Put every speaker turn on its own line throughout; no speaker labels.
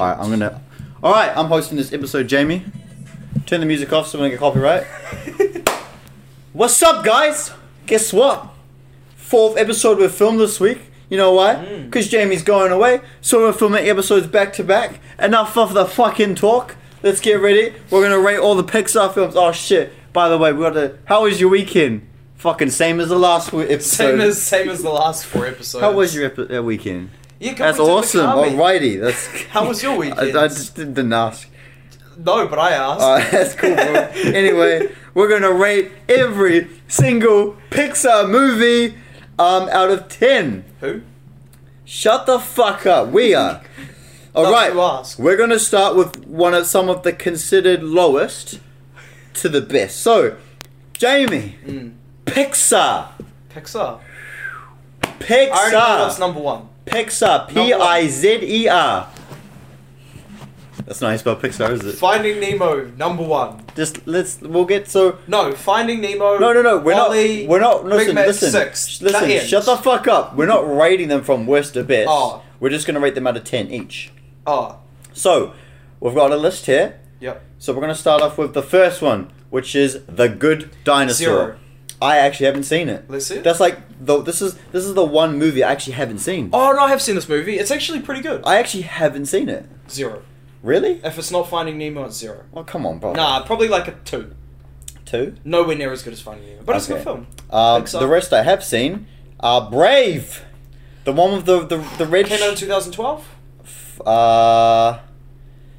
All right, I'm gonna. All right, I'm hosting this episode, Jamie. Turn the music off so we don't get copyright. What's up, guys? Guess what? Fourth episode we filmed this week. You know
Mm.
why? Because Jamie's going away, so we're filming episodes back to back. Enough of the fucking talk. Let's get ready. We're gonna rate all the Pixar films. Oh shit! By the way, we got to. How was your weekend? Fucking same as the last we- episode.
Same as same as the last four episodes.
How was your epi- uh, weekend?
Yeah, can
That's
we do the
awesome.
car meet?
Alrighty. That's.
How was your weekend?
I, I just didn't ask.
No, but I asked.
Uh, that's cool, bro. anyway, we're gonna rate every single Pixar movie um, out of ten.
who? Hmm.
Shut the fuck up. We are. All
That's
right.
who asked.
We're gonna start with one of some of the considered lowest to the best. So, Jamie,
Mm.
Pixar,
Pixar. I already know what's
Pixar,
number one.
Pixar, P I Z E R. That's not how you spell Pixar, is it?
Finding Nemo, number one.
Just let's. We'll get so.
No, Finding Nemo.
No, no, no. We're
Wally,
not. We're not.
Big
Listen,
Mac
listen.
Six.
sh- Listen.
That ends.
Shut the fuck up. We're not rating them from worst to best.
Oh.
We're just gonna rate them out of ten each.
Oh,
So, we've got a list here.
yep.
So we're gonna start off with the first one, which is the Good Dinosaur.
Zero.
I actually haven't seen it.
Let's see it.
That's like the. This is this is the one movie I actually haven't seen.
Oh no, I have seen this movie. It's actually pretty good.
I actually haven't seen it.
Zero.
Really?
If it's not Finding Nemo, it's zero.
Oh come on, bro.
Uh, Nah, probably like a two.
Two.
Nowhere near as good as Finding Nemo, but it's a
Okay.
good film.
Uh,
Pixar.
the rest I have seen are Brave, the one with the the, the red.
Came out in
sh-
2012.
uh,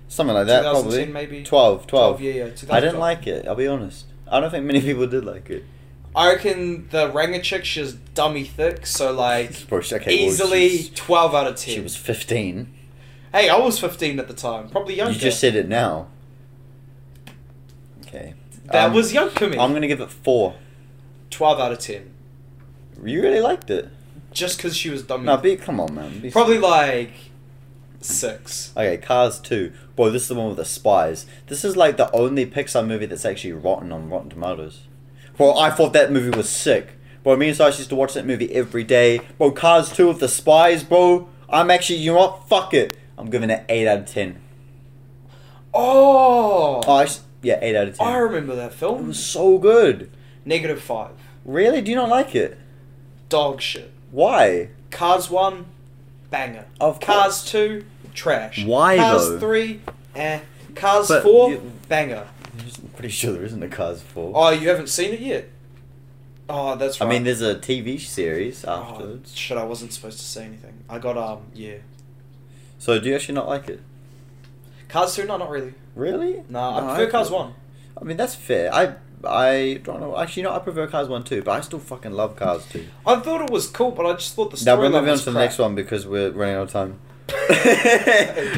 something like that,
2010
probably.
maybe?
12, 12.
12, yeah, yeah,
I didn't
2012.
like it, I'll be honest. I don't think many people did like it.
I reckon the Rangachick's just dummy thick, so like
Bro, she- okay, well,
easily
she's-
12 out of 10.
She was 15.
Hey, I was 15 at the time. Probably younger.
You just said it now. Okay.
That
Um,
was young to me.
I'm going to give it 4.
12 out of 10.
You really liked it?
Just because she was dummy.
No, be, come on, man. Be
Probably like 6.
Okay, Cars 2. Boy, this is the one with the spies. This is like the only Pixar movie that's actually rotten on Rotten Tomatoes. Well, I thought that movie was sick. Bro, me and Sash used to watch that movie every day. Bro, Cars 2 with the spies, bro. I'm actually, you know what? Fuck it. I'm giving it 8 out of 10.
Oh!
Oh, I, yeah, 8 out of 10.
I remember that
It
film.
was so good.
Negative 5.
Really? Do you not like it?
Dog shit.
Why?
Cars 1, banger.
Of
Cars
course.
2, trash.
Why,
Cars
though?
3, eh. Cars
But
4,
you-
banger.
I'm pretty sure there isn't a Cars 4.
Oh, you haven't seen it yet? Oh, that's
I
right.
mean, there's a TV series
Oh,
afterwards.
shit, I wasn't supposed to say anything. I got, um, yeah.
So, do you actually not like it?
Cars 2, no, not really.
Really?
Nah,
No,
I prefer Cars
thought-
1.
I mean, that's fair. I I don't know. Actually, no, I prefer Cars 1 too, but I still fucking love Cars 2.
I thought it was cool, but I just thought the
Now,
story
we're moving on
was
to the
crap.
next one because we're running out of time.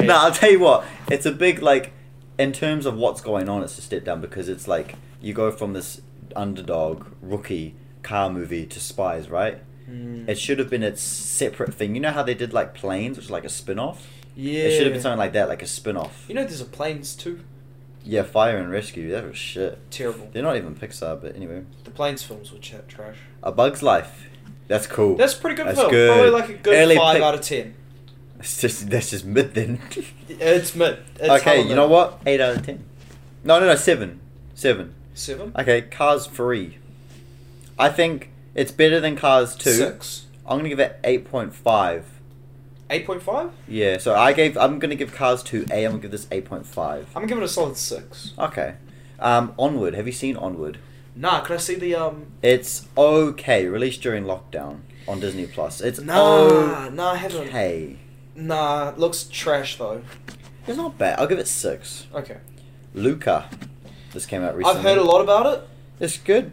No, I'll tell you what. It's a big, like, in terms of what's going on, it's a step down because it's like you go from this underdog, rookie car movie to spies, right?
Mm.
It should have been a separate thing. You know how they did, like, Planes, which is like a spin off?
yeah.
It should have been something like that, like a spin off.
You know, there's a planes too.
Yeah, Fire and Rescue. That was shit.
Terrible.
They're not even Pixar, but anyway.
The planes films were chat trash.
A Bug's Life. That's cool.
That's a pretty good
That's
film.
good.
Probably like a good
Early
five
pic-
out of ten.
It's just that's just mid then.
It's mid. It's
okay,
hella
you know
mid.
what? Eight out of ten. No, no, no, seven, seven.
Seven.
Okay, Cars three. I think it's better than Cars two.
Six.
I'm gonna give it eight point five.
Eight point five.
Yeah, so I gave. I'm gonna give Cars two A. I'm gonna give this eight point five.
I'm giving it a solid six.
Okay. Um, Onward. Have you seen Onward?
Nah, could I see the um?
It's okay. Released during lockdown on Disney Plus. It's
Nah, nah, I haven't.
okay.
Nah, it looks trash though.
It's not bad. I'll give it six.
Okay.
Luca. This came out recently.
I've heard a lot about it.
It's good.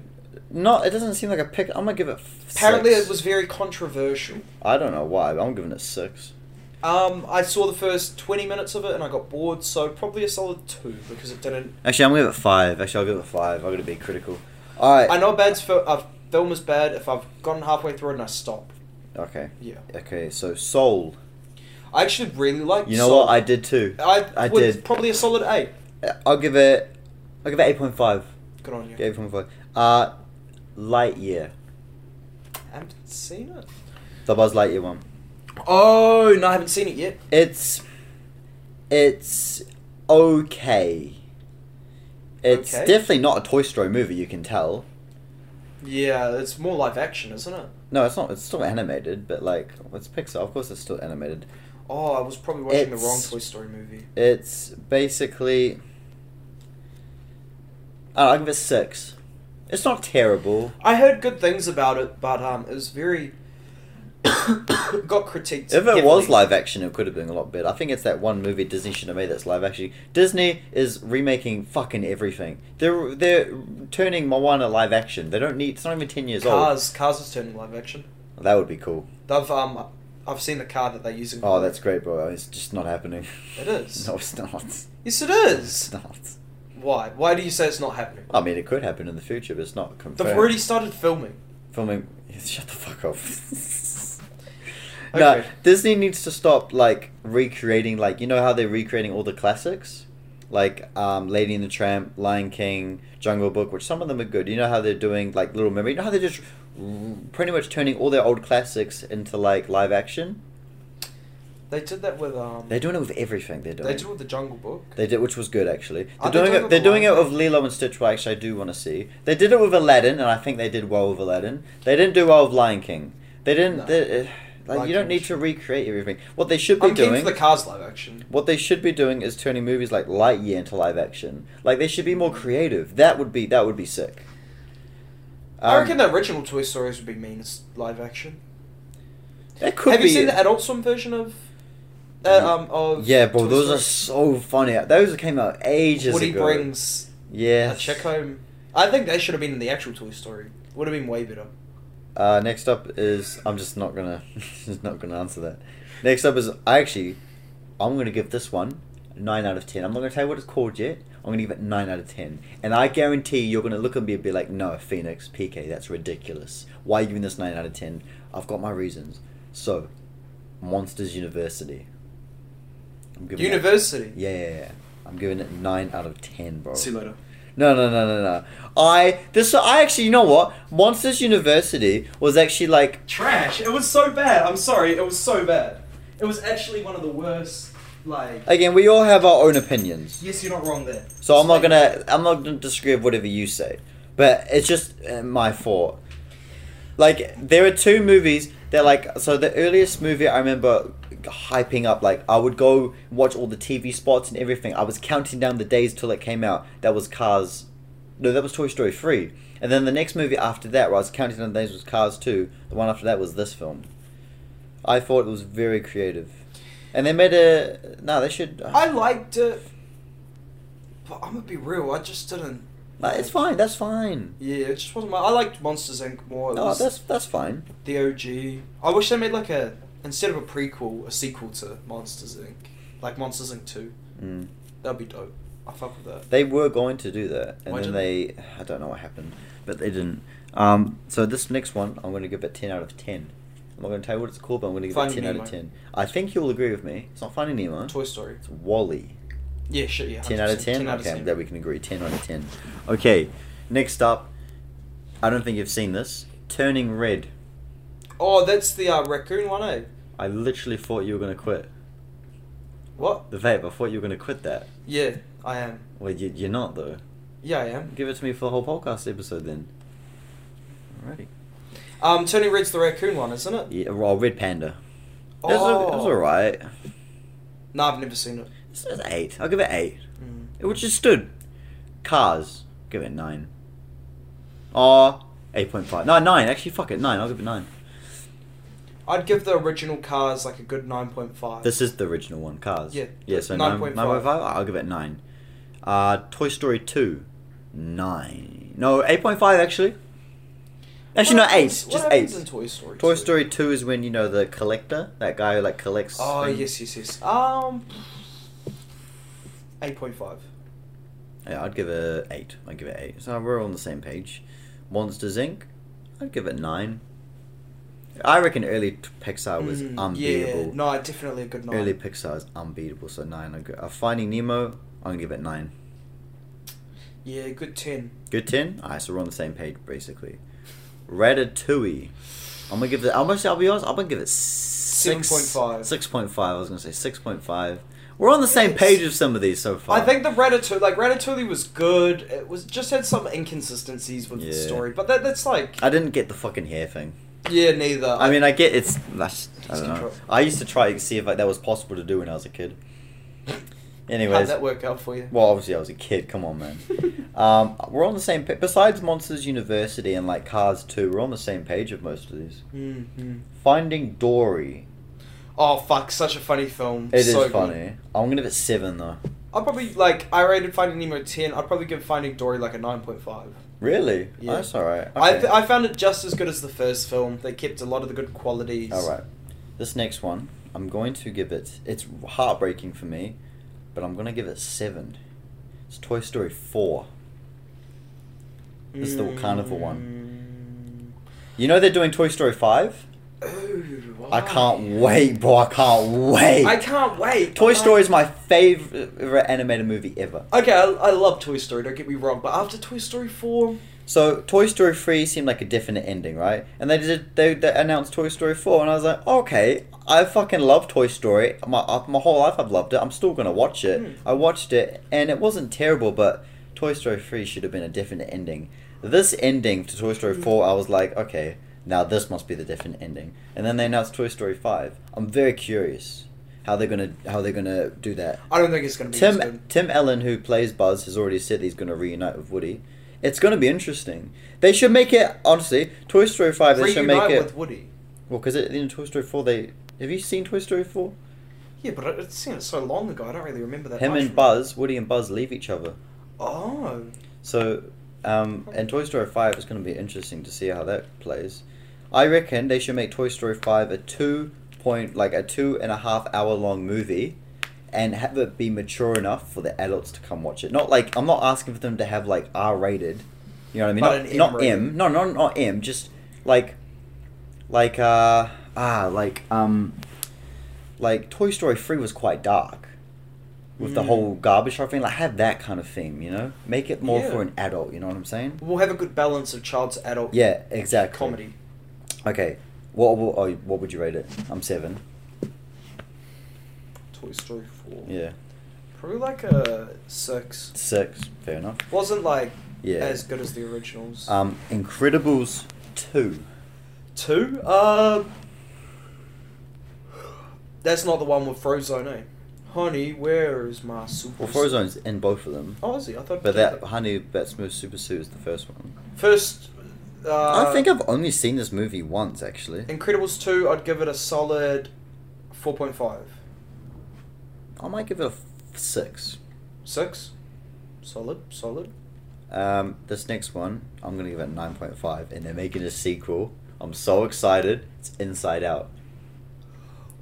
Not. It doesn't seem like a pick. I'm gonna give it. f-
Apparently,
six.
it was very controversial.
I don't know why. But I'm giving it six.
Um, I saw the first twenty minutes of it and I got bored, so probably a solid two because it didn't
Actually, I'm gonna give it five. Actually, I'll give it five. I'm gonna be critical. All right.
I know a bad's fil- a film is bad if I've gotten halfway through it and I stop.
Okay.
Yeah.
Okay. So Soul.
I actually really liked.
You know
Soul.
what? I did too.
I,
I
would-
did.
probably a solid eight.
I'll give it. I'll give it eight point five.
Good on you.
Eight point five. Uh, Lightyear.
I haven't seen it.
The Buzz Lightyear one.
Oh no, I haven't seen it yet.
It's. it's okay. It's
Okay.
definitely not a Toy Story movie. You can tell.
Yeah, it's more live action, isn't it?
No, it's not. It's still animated, but like it's Pixar. Of course, it's still animated.
Oh, I was probably watching the wrong
It's-
Toy Story movie.
It's basically. I will give it six. It's not terrible.
I heard good things about it, but um, it was very got critiqued.
If it was
heavily.
live action, it could have been a lot better. I think it's that one movie Disney should have made that's live action. Disney is remaking fucking everything. They're they're turning Moana live action. They don't need. It's not even ten years
Cars, Cars is turning live action.
old. That would be cool.
They've um, I've seen the car that they're using.
Oh, that's great, bro. It's just not happening.
It is.
No, it's not.
Yes, it is.
It's not.
Why? Why do you say it's not happening?
I mean, it could happen in the future, but it's not confirmed.
They've already started filming.
filming. Shut the fuck up. No,
Okay.
Disney needs to stop like recreating like you know how they're recreating all the classics, like um, Lady and the Tramp, Lion King, Jungle Book, which some of them are good. You know how they're doing like Little Mermaid. You know how they're just r- pretty much turning all their old classics into like live action.
They did that with um.
They're doing it with everything. They're doing.
They did with the Jungle Book.
They did, which was good actually. They're
Are they
doing
doing
it.
it
They're
with
doing it
Lion
with Lilo and Stitch, which actually I do want to see. They did it with Aladdin, and I think they did well with Aladdin. They didn't do well with Lion King. They didn't.
No.
they- uh, like
Lion
you don't
King
need to
should-
recreate everything. What they should be
I'm keen
doing.
for the Cars live action.
what they should be doing is turning movies like Lightyear into live action. Like they should be more creative. That would be that would be sick.
I
Um,
reckon the original Toy Stories would be mean as live action.
That could
Have
be. Mm-hmm.
you seen the Adult Swim version of? Uh, um, of
yeah, bro,
Toy
those
Story?
are so funny. Those came out ages
Woody
ago.
brings
Yeah.
a chick home. I think they should have been in the actual Toy Story. Would have been way better.
Uh, next up is I'm just not gonna just not gonna answer that. Next up is I actually I'm gonna give this one nine out of ten. I'm not gonna tell you what it's called yet. I'm gonna give it nine out of ten, and I guarantee you're gonna look at me and be like, "No, Phoenix PK, that's ridiculous. Why are you giving this nine out of ten? I've got my reasons." So, Monsters University. I'm giving it-
University.
yeah, yeah, yeah. I'm giving it nine out of ten, bro.
See you later.
No, no, no, no, no. I this I actually you know what Monsters University was actually like
Trash. It was so bad. I'm sorry. It was so bad. It was actually one of the worst. Like.
again we all have our own opinions,
Yes, you're not wrong there.
so I'm not gonna I'm not gonna disagree with whatever you say, but it's just uh, my fault. Like there are two movies that like so the earliest movie I remember hyping up like I would go watch all the TV spots and everything. I was counting down the days till it came out. That was Cars. No, that was Toy Story 3. And then the next movie after that, where I was counting down the days, was Cars 2. The one after that was this film. I thought it was very creative. And they made a. No, they should.
I liked it, but I'm gonna be real. I just didn't.
No, it's fine, that's fine.
Yeah, it just wasn't. My, I liked Monsters Inc. more. It
No,
was
that's, that's fine.
the OG. I wish they made like a instead of a prequel, a sequel to Monsters Inc. Like Monsters Inc. Two.
Mm.
That'd be dope. I fuck with that.
They were going to do that, and
Why
then
didn't
they. I don't know what happened, but they didn't. Um, so this next one, I'm going to give it 10 out of 10. I'm not going to tell you what it's called, but I'm going to give
Finding
it 10 out
Nemo.
of 10. I think you'll agree with me. It's not Finding Nemo.
Toy Story.
It's Wally.
Yeah, shit. Yeah.
10 out of
100%.
10?
10 out of
okay,
10.
I'm glad we can agree. 10 out of 10. Okay, next up. I don't think you've seen this. Turning Red.
Oh, that's the uh, raccoon one, eh?
I literally thought you were going to quit.
What?
The vape, I thought you were going to quit that.
Yeah, I am.
Well, you, you're not, though.
Yeah, I am.
Give it to me for the whole podcast episode then. Alrighty.
Um, Tony Red's the raccoon one, isn't it?
Yeah, well, Red Panda. It was,
Oh.
it was alright.
No, I've never seen it.
It's it's eight. I'll give it eight.
Mm.
It was just stood. Cars. Give it nine. Ah, 8.5. No, nine. Actually, fuck it. Nine. I'll give it nine.
I'd give the original Cars like a good nine point five.
This is the original one, Cars.
Yeah.
Yeah, so 9.5.
9.5.
9.5. I'll give it nine. Uh, Toy Story 2. Nine. No, 8.5 actually. Actually,
What
no, eight.
happens-
Just
what happens
eight.
in Toy Story.
Toy
2?
Story 2 is when, you know, the collector, that guy who, like, collects.
Oh
things.
yes, yes, yes. Um, eight point five.
Yeah, I'd give it 8. I'd give it 8. So we're all on the same page. Monsters, Inc., I'd give it 9. I reckon early t- Pixar was unbeatable.
Hmm, Yeah, no, definitely a good nine.
Early Pixar is unbeatable, so 9. I'd go- Uh, Finding Nemo, I'm going to give it 9.
Yeah, good ten.
Good 10? Alright, so we're on the same page, basically. Ratatouille. I'm gonna give it. I'm gonna say. I'll be honest. I'm gonna give it six.
7.5.
Six point five. I was gonna say six point five. We're on the same
It's-
page of some of these so far.
I think the Ratatouille, like Ratatouille, was good. It was just had some inconsistencies with the
Yeah.
story, but that, that's like
I didn't get the fucking hair thing.
yeah, neither.
I mean, I get it's. That's, I
It's
don't know.
control.
I used to try to see if like, that was possible to do when I was a kid.
how'd
Anyways,
that work out for you?
well, obviously I was a kid. Come on, man. um, we're on the same. Pa- besides Monsters University and like Cars Two, we're on the same page of most of these.
hmm
Finding Dory.
Oh fuck! Such a funny film.
It is
so good.
funny. I'm gonna give it seven though.
I'd probably like I rated Finding Nemo ten. I'd probably give Finding Dory like a nine point five.
Really?
Yeah.
Oh, That's all right.
I
Okay.
th- I found it just as good as the first film. They kept a lot of the good qualities.
All right. This next one, I'm going to give it. It's heartbreaking for me, but I'm going to give it seven. It's Toy Story four. It's the
Mm.
carnival
one.
You know they're doing Toy Story five.
Ooh,
I can't wait, bro. I can't wait.
I can't wait.
Toy Story
Like-
is my favorite animated movie ever.
Okay, I, I love Toy Story, don't get me wrong, but after Toy Story 4,
So Toy Story three seemed like a definite ending, right? And they did they, they announced Toy Story four, and I was like, okay, I fucking love Toy Story. My uh, my whole life I've loved it. I'm still gonna watch it.
Hmm.
I watched it, and it wasn't terrible, but Toy Story three should have been a definite ending. This ending to Toy Story
Hmm.
four, I was like, okay, now this must be the definite ending. And then they announced Toy Story five. I'm very curious how they're gonna how they're gonna do that.
I don't think it's going to be as
Tim
good.
Tim Allen, who plays Buzz, has already said he's going to reunite with Woody. It's going to be interesting. They should make it honestly. Toy Story five. They should
Reunite
make it
with Woody.
well because in Toy Story four they have you seen Toy Story four?
Yeah, but I- I've seen it so long ago, I don't really remember that
Him
much
and
from-
Buzz, Woody and Buzz leave each other.
Oh.
So, um, and Toy Story five is going to be interesting to see how that plays. I reckon they should make Toy Story five a two point like a two and a half hour long movie. And have it be mature enough for the adults to come watch it. Not like I'm not asking for them to have like R rated, you know what I mean?
But
not
an
not
M-rated.
M, no, no, not M. Just like, like uh ah like um, like Toy Story three was quite dark, with the
Mm.
whole garbage truck thing. Like have that kind of theme, you know? Make it more
Yeah.
for an adult. You know what I'm saying?
We'll have a good balance of child to adult
Yeah, exactly.
comedy.
Okay. What what, oh, what would you rate it? I'm seven.
Toy Story 4.
Yeah,
Probably like a 6.
six. Fair enough.
Wasn't like
Yeah.
as good as the originals.
Um, Incredibles two.
Two? Uh, that's not the one with Frozone, eh? Honey, where is my super...
Well, Frozone's in both of them.
Oh, is he? I thought...
But that Honey Bet Smooth Super Sue is the first one.
First... Uh,
I think I've only seen this movie once actually.
Incredibles 2, I'd give it a solid 4.5.
I might give it a f- six.
6? Solid, solid.
Um, this next one, I'm gonna give it nine point five, and they're making a sequel. I'm so excited! It's Inside Out.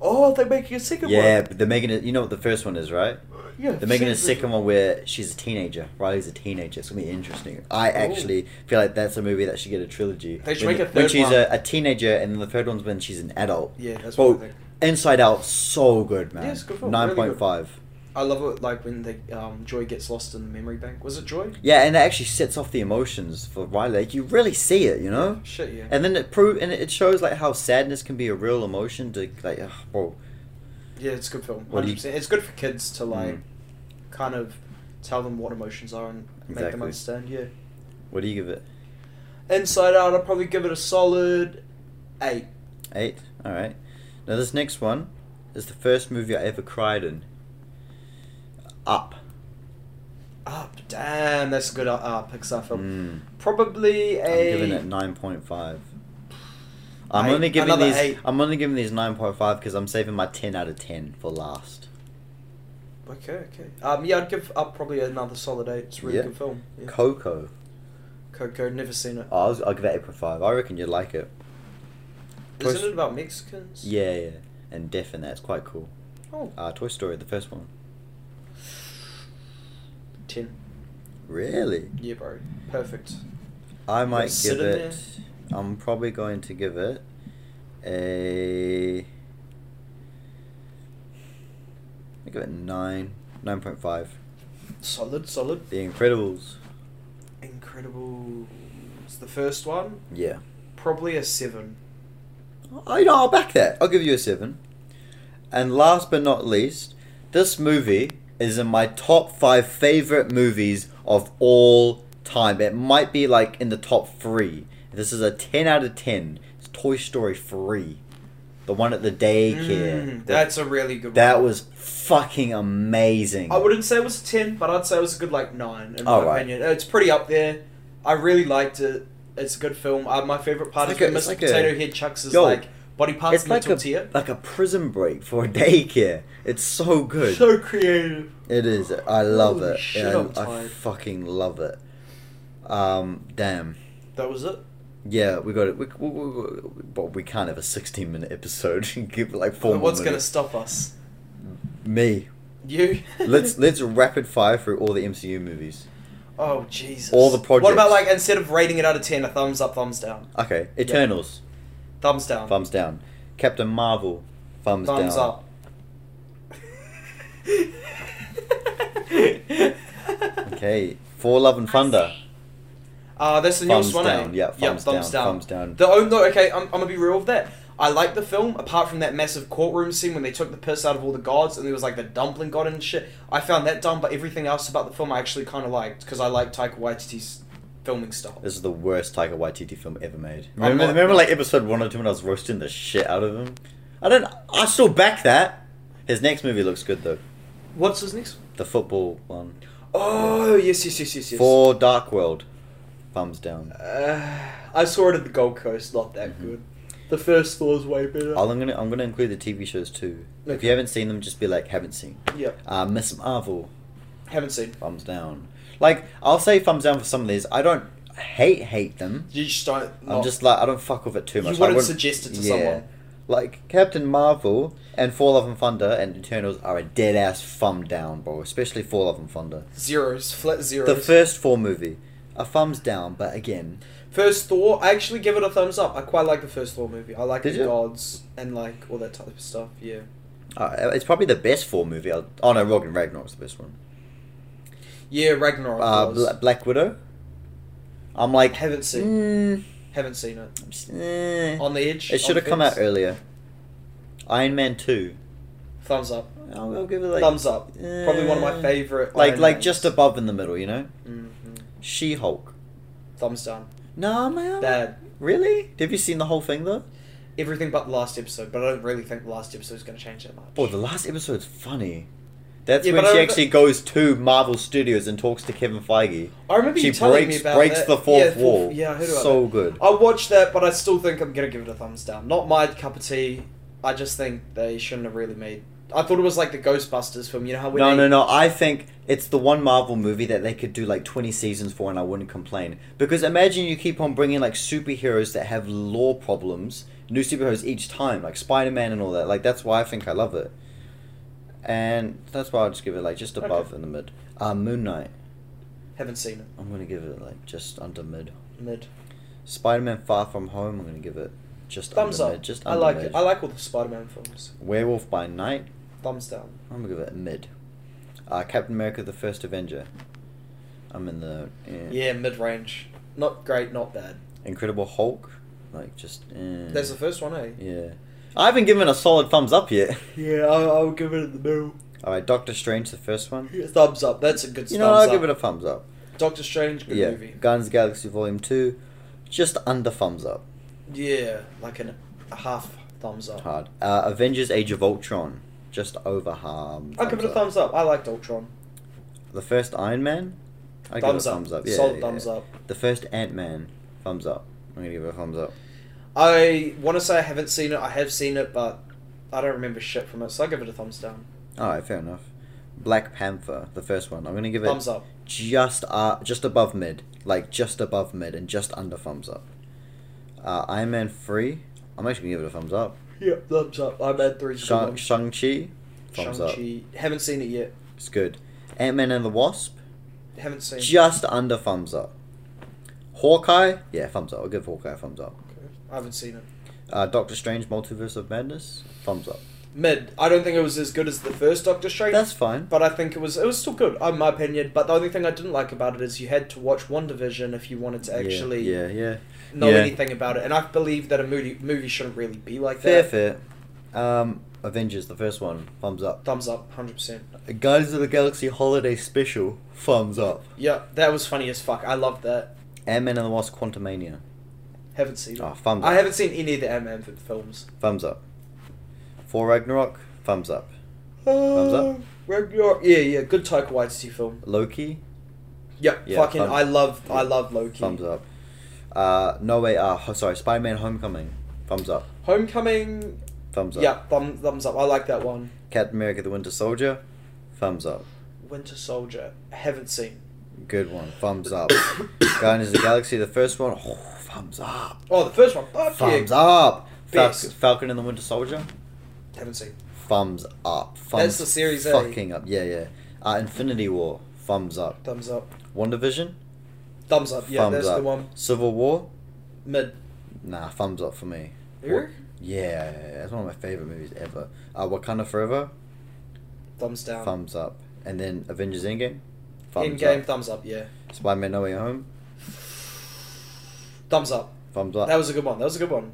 Oh, they're making a second
yeah,
one.
but they're making it. You know what the first one is, right?
Yeah.
They're making a
second-
second one where she's a teenager. Riley's a teenager. It's gonna be interesting. I
Ooh.
actually feel like that's a movie that should get a trilogy.
Oh. They should
when,
make a
when
third
she's
one.
A, a teenager, and then the third one's when she's an adult.
Yeah, that's
Well,
what I think.
Inside Out, so good, man.
Yeah, it's a good film, really
Nine
good.
point five.
I love it, like, when the um, Joy gets lost in the memory bank. Was it Joy?
Yeah, and it actually sets off the emotions for Riley. Like, you really see it, you know.
Shit, yeah.
And then it pro- and it shows like how sadness can be a real emotion. To like, ugh, bro,
Yeah, it's a good film.
What do you-
100%. It's good for kids to like
Mm.
kind of tell them what emotions are and make them
Exactly.
understand. Yeah.
what do you give it?
Inside Out, I'd probably give it a solid eight.
Eight. All right. Now this next one is the first movie I ever cried in. Up.
Up, damn, that's a good uh, uh, Pixar
Mm.
film. Probably
I'm
a.
giving it nine point five. I'm
Eight.
only giving
Another
these.
eight.
I'm only giving these nine point five because I'm saving my ten out of ten for last.
Okay, okay. Um, yeah, I'd give Up probably another solid eight. It's a really
Yeah.
good film. Yeah.
Coco.
Coco, never seen it.
Oh, I'll, I'll give it eight point five. I reckon you'd like it.
Isn't
Toy-
it about Mexicans?
Yeah, yeah, and deaf and that's quite cool.
Oh.
Uh, Toy Story, the first one.
Ten.
Really?
Yeah, bro. Perfect.
I might
Let's
give
sit in
it. I'm probably going to give it a. I give it nine, nine point five.
Solid, solid.
The Incredibles.
Incredible. The first one,
Yeah.
probably a seven.
I you know I'll back that. I'll give you a seven. And last but not least, This movie is in my top five favorite movies of all time. It might be like in the top three. This is a 10 out of 10. It's Toy Story 3. The one at the daycare.
Mm,
The-
that's a really good.
that
one.
was fucking amazing.
I wouldn't say it was a ten, but I'd say it was a good like nine in my
Alright.
opinion. It's pretty up there. I really liked it. It's a good film. Uh, my favorite part
It's
is
like a-
when
it's
Mr.
like a-
Potato Head chucks his
Yo,
like body parts
it's
in the
like a,
tortilla.
like a prison break for a daycare. It's so good.
So creative.
It is. I love
Holy
it.
shit,
Yeah,
I'm
I- I
tired.
fucking love it. Um, damn.
That was it.
Yeah, we got it. We, we, we, we, but we can't have a 16 minute episode. Give it like four
But
more
What's gonna
minutes.
stop us?
Me.
You.
Let's let's rapid fire through all the MCU movies.
Oh Jesus.
All the
What about
projects.
like instead of rating it out of ten, a thumbs up, thumbs down,
Okay, Eternals,
thumbs down,
thumbs down. Captain Marvel, thumbs,
thumbs
down.
up.
Okay, For Love and Thunder,
Uh, that's the newest
Thumbs
one.
down,
eh?
yeah, thumbs
thumbs
down,
down.
thumbs down.
The oh no, okay, I'm, I'm gonna be real with that. I like the film, apart from that massive courtroom scene when they took the piss out of all the gods and there was like the dumpling god and shit. I found that dumb, but everything else about the film I actually kind of liked because I like Taika Waititi's filming style.
this is the worst Taika Waititi film ever made. Remember,
not-
remember like episode one or two when I was roasting the shit out of him. I don't. I still back that. His next movie looks good though.
What's his next? one?
The football one.
Oh yes, yes, yes, yes, yes.
For Dark World, thumbs down.
Uh, I saw it at the Gold Coast. Not that
Mhm.
good. The first Thor is way better.
I'm gonna I'm gonna include the TV shows too. If
Okay.
you haven't seen them, just be like haven't seen.
yeah,
Uh, Miss Marvel,
haven't seen.
thumbs down. Like I'll say thumbs down for some of these. I don't hate hate them.
You just don't.
I'm
not-
just like I don't fuck with it too
You
much. I
wouldn't suggest it to someone.
Like Captain Marvel and Fall Love and Thunder and Eternals are a dead ass thumb down, bro. Especially Fall Love and Thunder.
zeros, flat zeros.
The first four movie, a thumbs down, but again,
First Thor, I actually give it a thumbs up. I quite like the first Thor movie. I like
Did
the
you?
gods and like all that type of stuff. Yeah.
uh, it's probably the best four movie. I'll, oh no, Rogan Ragnarok's the best one.
Yeah, Ragnarok.
Uh,
was.
Bla- Black Widow. I'm like mm,
Haven't
seen.
Haven't seen it. On the edge.
eh. It should have
on
come out
fence.
earlier. Iron Man two.
Thumbs up.
I'll, I'll give it like
thumbs up.
eh,
Probably one of my favorite.
Like
Iron
like
Mans.
just above in the middle, you know.
Mhm.
She Hulk.
Thumbs down.
No man.
Bad.
Really? Have you seen the whole thing though?
Everything but the last episode, but I don't really think the last episode is going to change that much.
Oh, the last episode's funny. That's
Yeah,
when
but I
she
remember-
actually goes to Marvel Studios and talks to Kevin Feige.
I remember
she
you telling
breaks
me about
breaks
that.
the fourth
yeah,
wall.
Yeah, I heard about
so
that.
good.
I watched that, but I still think I'm gonna give it a thumbs down. Not my cup of tea. I just think they shouldn't have really made. I thought it was like the Ghostbusters film. You know how when
No, no,
they,
no. I think it's the one Marvel movie that they could do like 20 seasons for and I wouldn't complain. Because imagine you keep on bringing like superheroes that have law problems, new superheroes each time, like Spider Man and all that. Like, that's why I think I love it. And that's why I'll just give it like just
Okay.
above in the mid. Uh, Moon Knight.
haven't seen it.
I'm going to give it like just under mid.
Mid
Spider Man Far From Home, I'm going to give it just
thumbs
under
up.
mid. Just
I
under
like
mid.
it. I like all the Spider-Man films.
Werewolf by Night,
Thumbs down.
I'm gonna give it a mid. Uh, Captain America: The First Avenger. I'm in the eh.
Yeah, mid range. Not great, not bad.
Incredible Hulk, like just. Eh.
That's the first one, eh?
Yeah, I haven't given a solid thumbs up yet.
Yeah, I'll, I'll give it in the middle.
All right, Doctor Strange, the first one.
Thumbs up. That's a good.
You
thumbs
know, what, I'll
up.
give it a thumbs up.
Doctor Strange, good
yeah,
movie.
Guns Galaxy Volume Two, just under thumbs up.
Yeah, like an, a half thumbs up.
Hard. Uh, Avengers: Age of Ultron, just over harm.
I'll give it a thumbs up. I liked Ultron.
The first Iron Man. I
thumbs
give it a
up.
thumbs up. Yeah,
Solid
yeah,
thumbs
yeah.
up.
The first Ant Man, thumbs up. I'm gonna give it a thumbs up.
I want to say I haven't seen it. I have seen it, but I don't remember shit from it, so I give it a thumbs down.
All right, fair enough. Black Panther, the first one. I'm gonna give it
Thumbs up.
just uh, just above mid, like just above mid and just under thumbs up. Uh, Iron Man three. I'm actually gonna give it a thumbs up.
Yeah, thumbs up. I'm at three.
Shang Shang Chi, thumbs up.
Shang-Chi. Haven't seen it yet.
It's good. Ant Man and the Wasp,
Haven't seen.
just under thumbs up. Hawkeye, yeah, thumbs up. I'll give Hawkeye a thumbs up.
Okay. I haven't seen it.
Uh, Doctor Strange, Multiverse of Madness, thumbs up.
Mid. I don't think it was as good as the first Doctor Strange.
That's fine.
but I think it was it was still good, in my opinion. But the only thing I didn't like about it is you had to watch One Division if you wanted to
Yeah,
actually
yeah, yeah.
know
Yeah.
anything about it. And I believe that a movie movie shouldn't really be like
fair,
that.
fair. Um, Avengers, the first one, thumbs up.
Thumbs up, hundred percent.
Guardians of the Galaxy Holiday Special, thumbs up.
Yeah, that was funny as fuck. I loved that.
Ant Man and the Wasp Quantumania,
Haven't seen. it.
Ah, thumbs up.
I haven't seen any of the Ant Man films.
thumbs up. For Ragnarok, thumbs up.
Thumbs
up?
Uh, Ragnarok. Yeah, yeah. Good Taika Waititi film.
Loki,
Yep.
Yeah,
fucking.
thumbs-
I love. I love Loki.
thumbs up. Uh, no way, uh, ho- sorry, Spider Man Homecoming, thumbs up.
Homecoming.
Thumbs up.
Yeah. Thumb, thumbs up. I like that one.
Captain America the Winter Soldier, thumbs up.
Winter Soldier. Haven't seen.
Good one, thumbs up. Guardians of the Galaxy, the first one, oh, thumbs up.
Oh, the first one. Fuck
Thumbs
yeah.
up. Fal-
Best.
Falcon and the Winter Soldier.
Haven't seen.
Thumbs up. Thumbs
That's the series, eh?
Fucking up. Yeah, yeah. Uh, Infinity War. Thumbs up.
Thumbs up.
Wonder Vision.
Thumbs up. Yeah,
thumbs
that's
up.
the one.
Civil War.
Mid.
Nah, thumbs up for me.
Really?
Yeah, that's one of my favorite movies ever. Uh, Wakanda Forever.
Thumbs down.
Thumbs up. And then Avengers Endgame.
In
Thumbs
game.
up.
Thumbs up. Yeah.
Spider Man No Way Home.
Thumbs up.
Thumbs up.
That was a good one. That was a good one.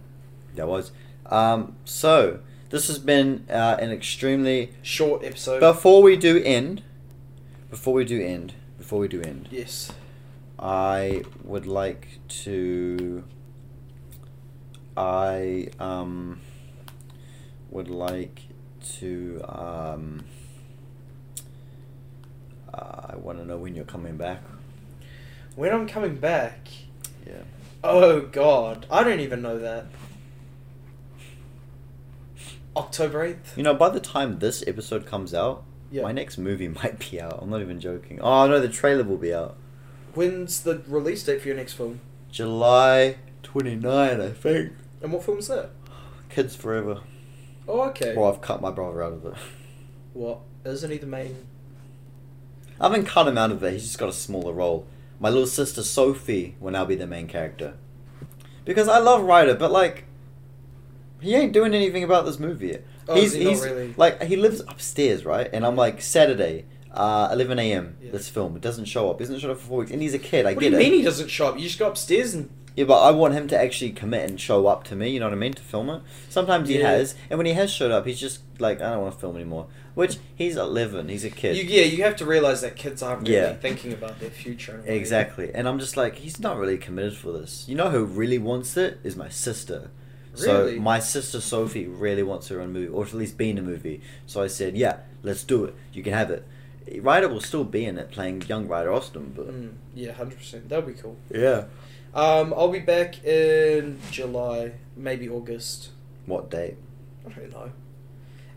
That was. Um, so this has been uh, an extremely
Short episode.
Before we do end, before we do end, before we do end,
yes.
I would like to. I um, would like to. Um, I want to know when you're coming back.
When I'm coming back.
Yeah.
Oh God, I don't even know that. October eighth.
You know, by the time this episode comes out,
Yeah.
my next movie might be out. I'm not even joking. Oh no, the trailer will be out.
When's the release date for your next film?
July 29, I think.
And what film's that?
Kids Forever.
Oh, okay.
Well, I've cut my brother out of it.
What? Isn't he the main?
I haven't cut him out of it. He's just got a smaller role. My little sister Sophie will now be the main character. Because I love Ryder, but like, he ain't doing anything about this movie yet.
Oh,
he's
is he not
he's
really?
like he lives upstairs, right? And I'm like Saturday, uh, 11 a.m.
Yeah.
This film it doesn't show up. He hasn't showed up for four weeks, and he's a kid. I
what
get
do you
it.
mean he doesn't show up? You just go upstairs and
Yeah, but I want him to actually commit and show up to me. You know what I mean? To film it. Sometimes he
Yeah.
has, and when he has showed up, he's just like, I don't want to film anymore. Which he's eleven. He's a kid.
You, yeah, you have to realize that kids aren't really
Yeah.
thinking about their future. in a way.
Exactly. And I'm just like, he's not really committed for this. You know who really wants it is my sister.
Really?
So my sister Sophie really wants her own movie, or at least be in a movie. So I said, yeah, let's do it. You can have it. Ryder will still be in it playing young Ryder Austin, but
Mm, yeah, hundred percent. That'd be cool.
yeah.
Um, I'll be back in July, maybe August.
What date?
I don't know.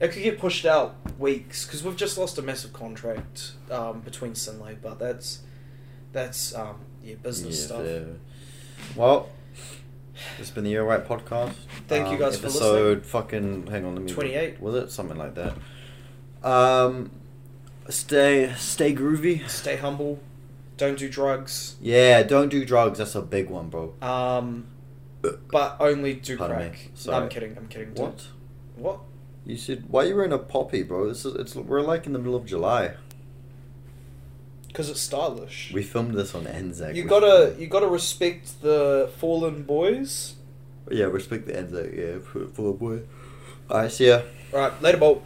It could get pushed out weeks because we've just lost a massive contract um, between Sinlay, but that's that's um, yeah business
Yeah,
stuff.
fair. Well, it's been the You're Right podcast. Um,
Thank you guys for listening.
episode fucking hang on, let me
28.
Was it something like that? Um, stay stay groovy.
Stay humble. Don't do drugs.
Yeah, don't do drugs. That's a big one, bro.
Um, but only do
Pardon me.
crack. No,
Sorry.
I'm kidding. I'm kidding. Don't-
What?
What?
You said why you wearing a poppy, bro? This is it's we're like in the middle of July.
Because it's stylish.
We filmed this on Anzac.
you
We-
gotta you gotta respect the fallen boys.
yeah, respect the Anzac. Yeah, for, for the boy. All right, see ya.
All right, later, bolt.